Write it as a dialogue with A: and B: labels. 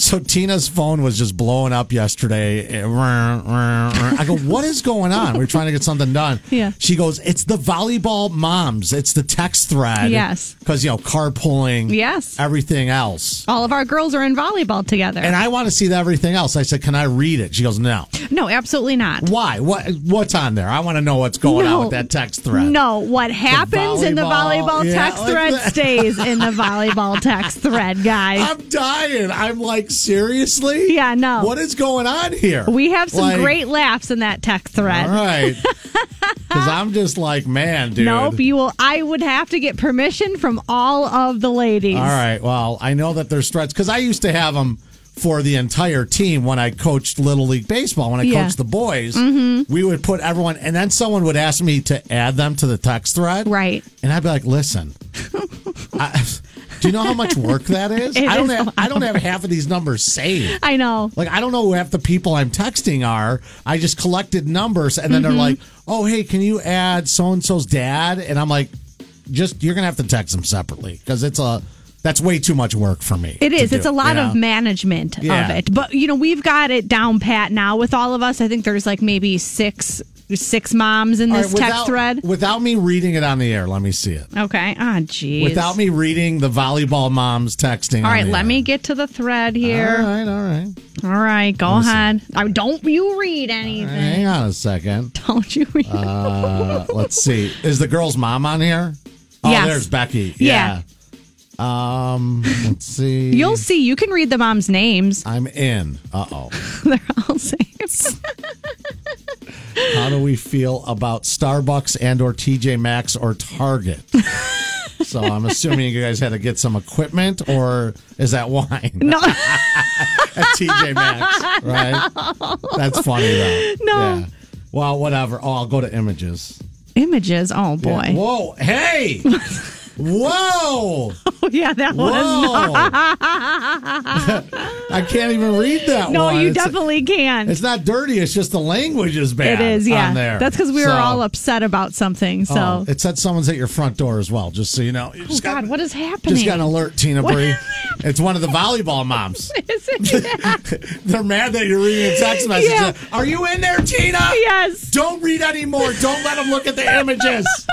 A: So Tina's phone was just blowing up yesterday. I go, what is going on? We are trying to get something done.
B: Yeah.
A: She goes, it's the volleyball moms. It's the text thread.
B: Yes.
A: Because you know carpooling.
B: Yes.
A: Everything else.
B: All of our girls are in volleyball together.
A: And I want to see the everything else. I said, can I read it? She goes, no.
B: no, absolutely not.
A: Why? What? What's on there? I want to know what's going on with that text thread.
B: No, what happens in the
A: volleyball-
B: volleyball
A: Yeah,
B: text
A: like
B: thread
A: that.
B: stays in the volleyball text thread, guys.
A: I'm dying. I'm like, seriously?
B: Yeah, no.
A: What is going on here?
B: we have some
A: Like,
B: great laughs in that text thread.
A: All right. Because I'm just like, man, dude.
B: Nope, you will. I would have to get permission from all of the ladies.
A: All right. Well, I know that there's threats because I used to have them for the entire team when I coached Little League Baseball. When I
B: Yeah. Mm-hmm.
A: coached the boys, we would put everyone, and then someone would ask me to add them to the text thread.
B: Right.
A: And I'd be like, listen, I, do you know how much work that is?
B: It
A: I don't
B: is a
A: have,
B: lot
A: I don't have half of these numbers saved.
B: I know.
A: Like I don't know who half the people I'm texting are. I just collected numbers, and
B: Mm-hmm.
A: then they're like, "Oh, hey, can you add so and so's dad?" And I'm like, "Just you're gonna have to text them separately because it's a that's way too much work for me."
B: It
A: to
B: is.
A: do,
B: It's a lot
A: you
B: of
A: know?
B: management
A: Yeah.
B: of it. But you know, we've got it down pat now with all of us. I think there's like maybe six six moms in
A: All
B: this
A: right,
B: text thread.
A: without me reading it on the air. Let me see it
B: Okay. Ah, jeez.
A: without me reading the volleyball moms texting.
B: All right, let me get to the thread here.
A: All right, all right.
B: All right, go ahead. I, don't you read anything.
A: Hang on a second.
B: Don't you read.
A: Uh, let's see. Is the girl's mom on here? Oh,
B: Yes.
A: there's Becky.
B: Yeah.
A: Yeah. Um, let's see.
B: You'll see. You can read the mom's names.
A: I'm in. Uh oh.
B: They're all saved.
A: How do we feel about Starbucks and or TJ Maxx or Target? so I'm assuming you guys had to get some equipment, or is that wine? No. At TJ Maxx, right? That's funny though.
B: No.
A: Well, whatever. Oh, I'll go to images.
B: Images.
A: Yeah.
B: Oh boy.
A: Whoa! Hey! Whoa!
B: Yeah, that
A: Whoa!
B: was.
A: I can't even read that
B: No,
A: one.
B: you
A: It's-
B: definitely can.
A: It's not dirty. It's just the language is bad.
B: It is, yeah.
A: on there.
B: That's because we were
A: So-
B: all upset about something. So,
A: Oh, it said someone's at your front door as well. Just so you know. You
B: oh
A: just
B: God,
A: got,
B: what is happening?
A: just got an alert, Tina
B: What-
A: Bree. it's one of the volleyball moms.
B: Is it-
A: They're mad that you're reading a text message.
B: Yeah.
A: Are you in there, Tina?
B: yes.
A: Don't read anymore. Don't let them look at the images.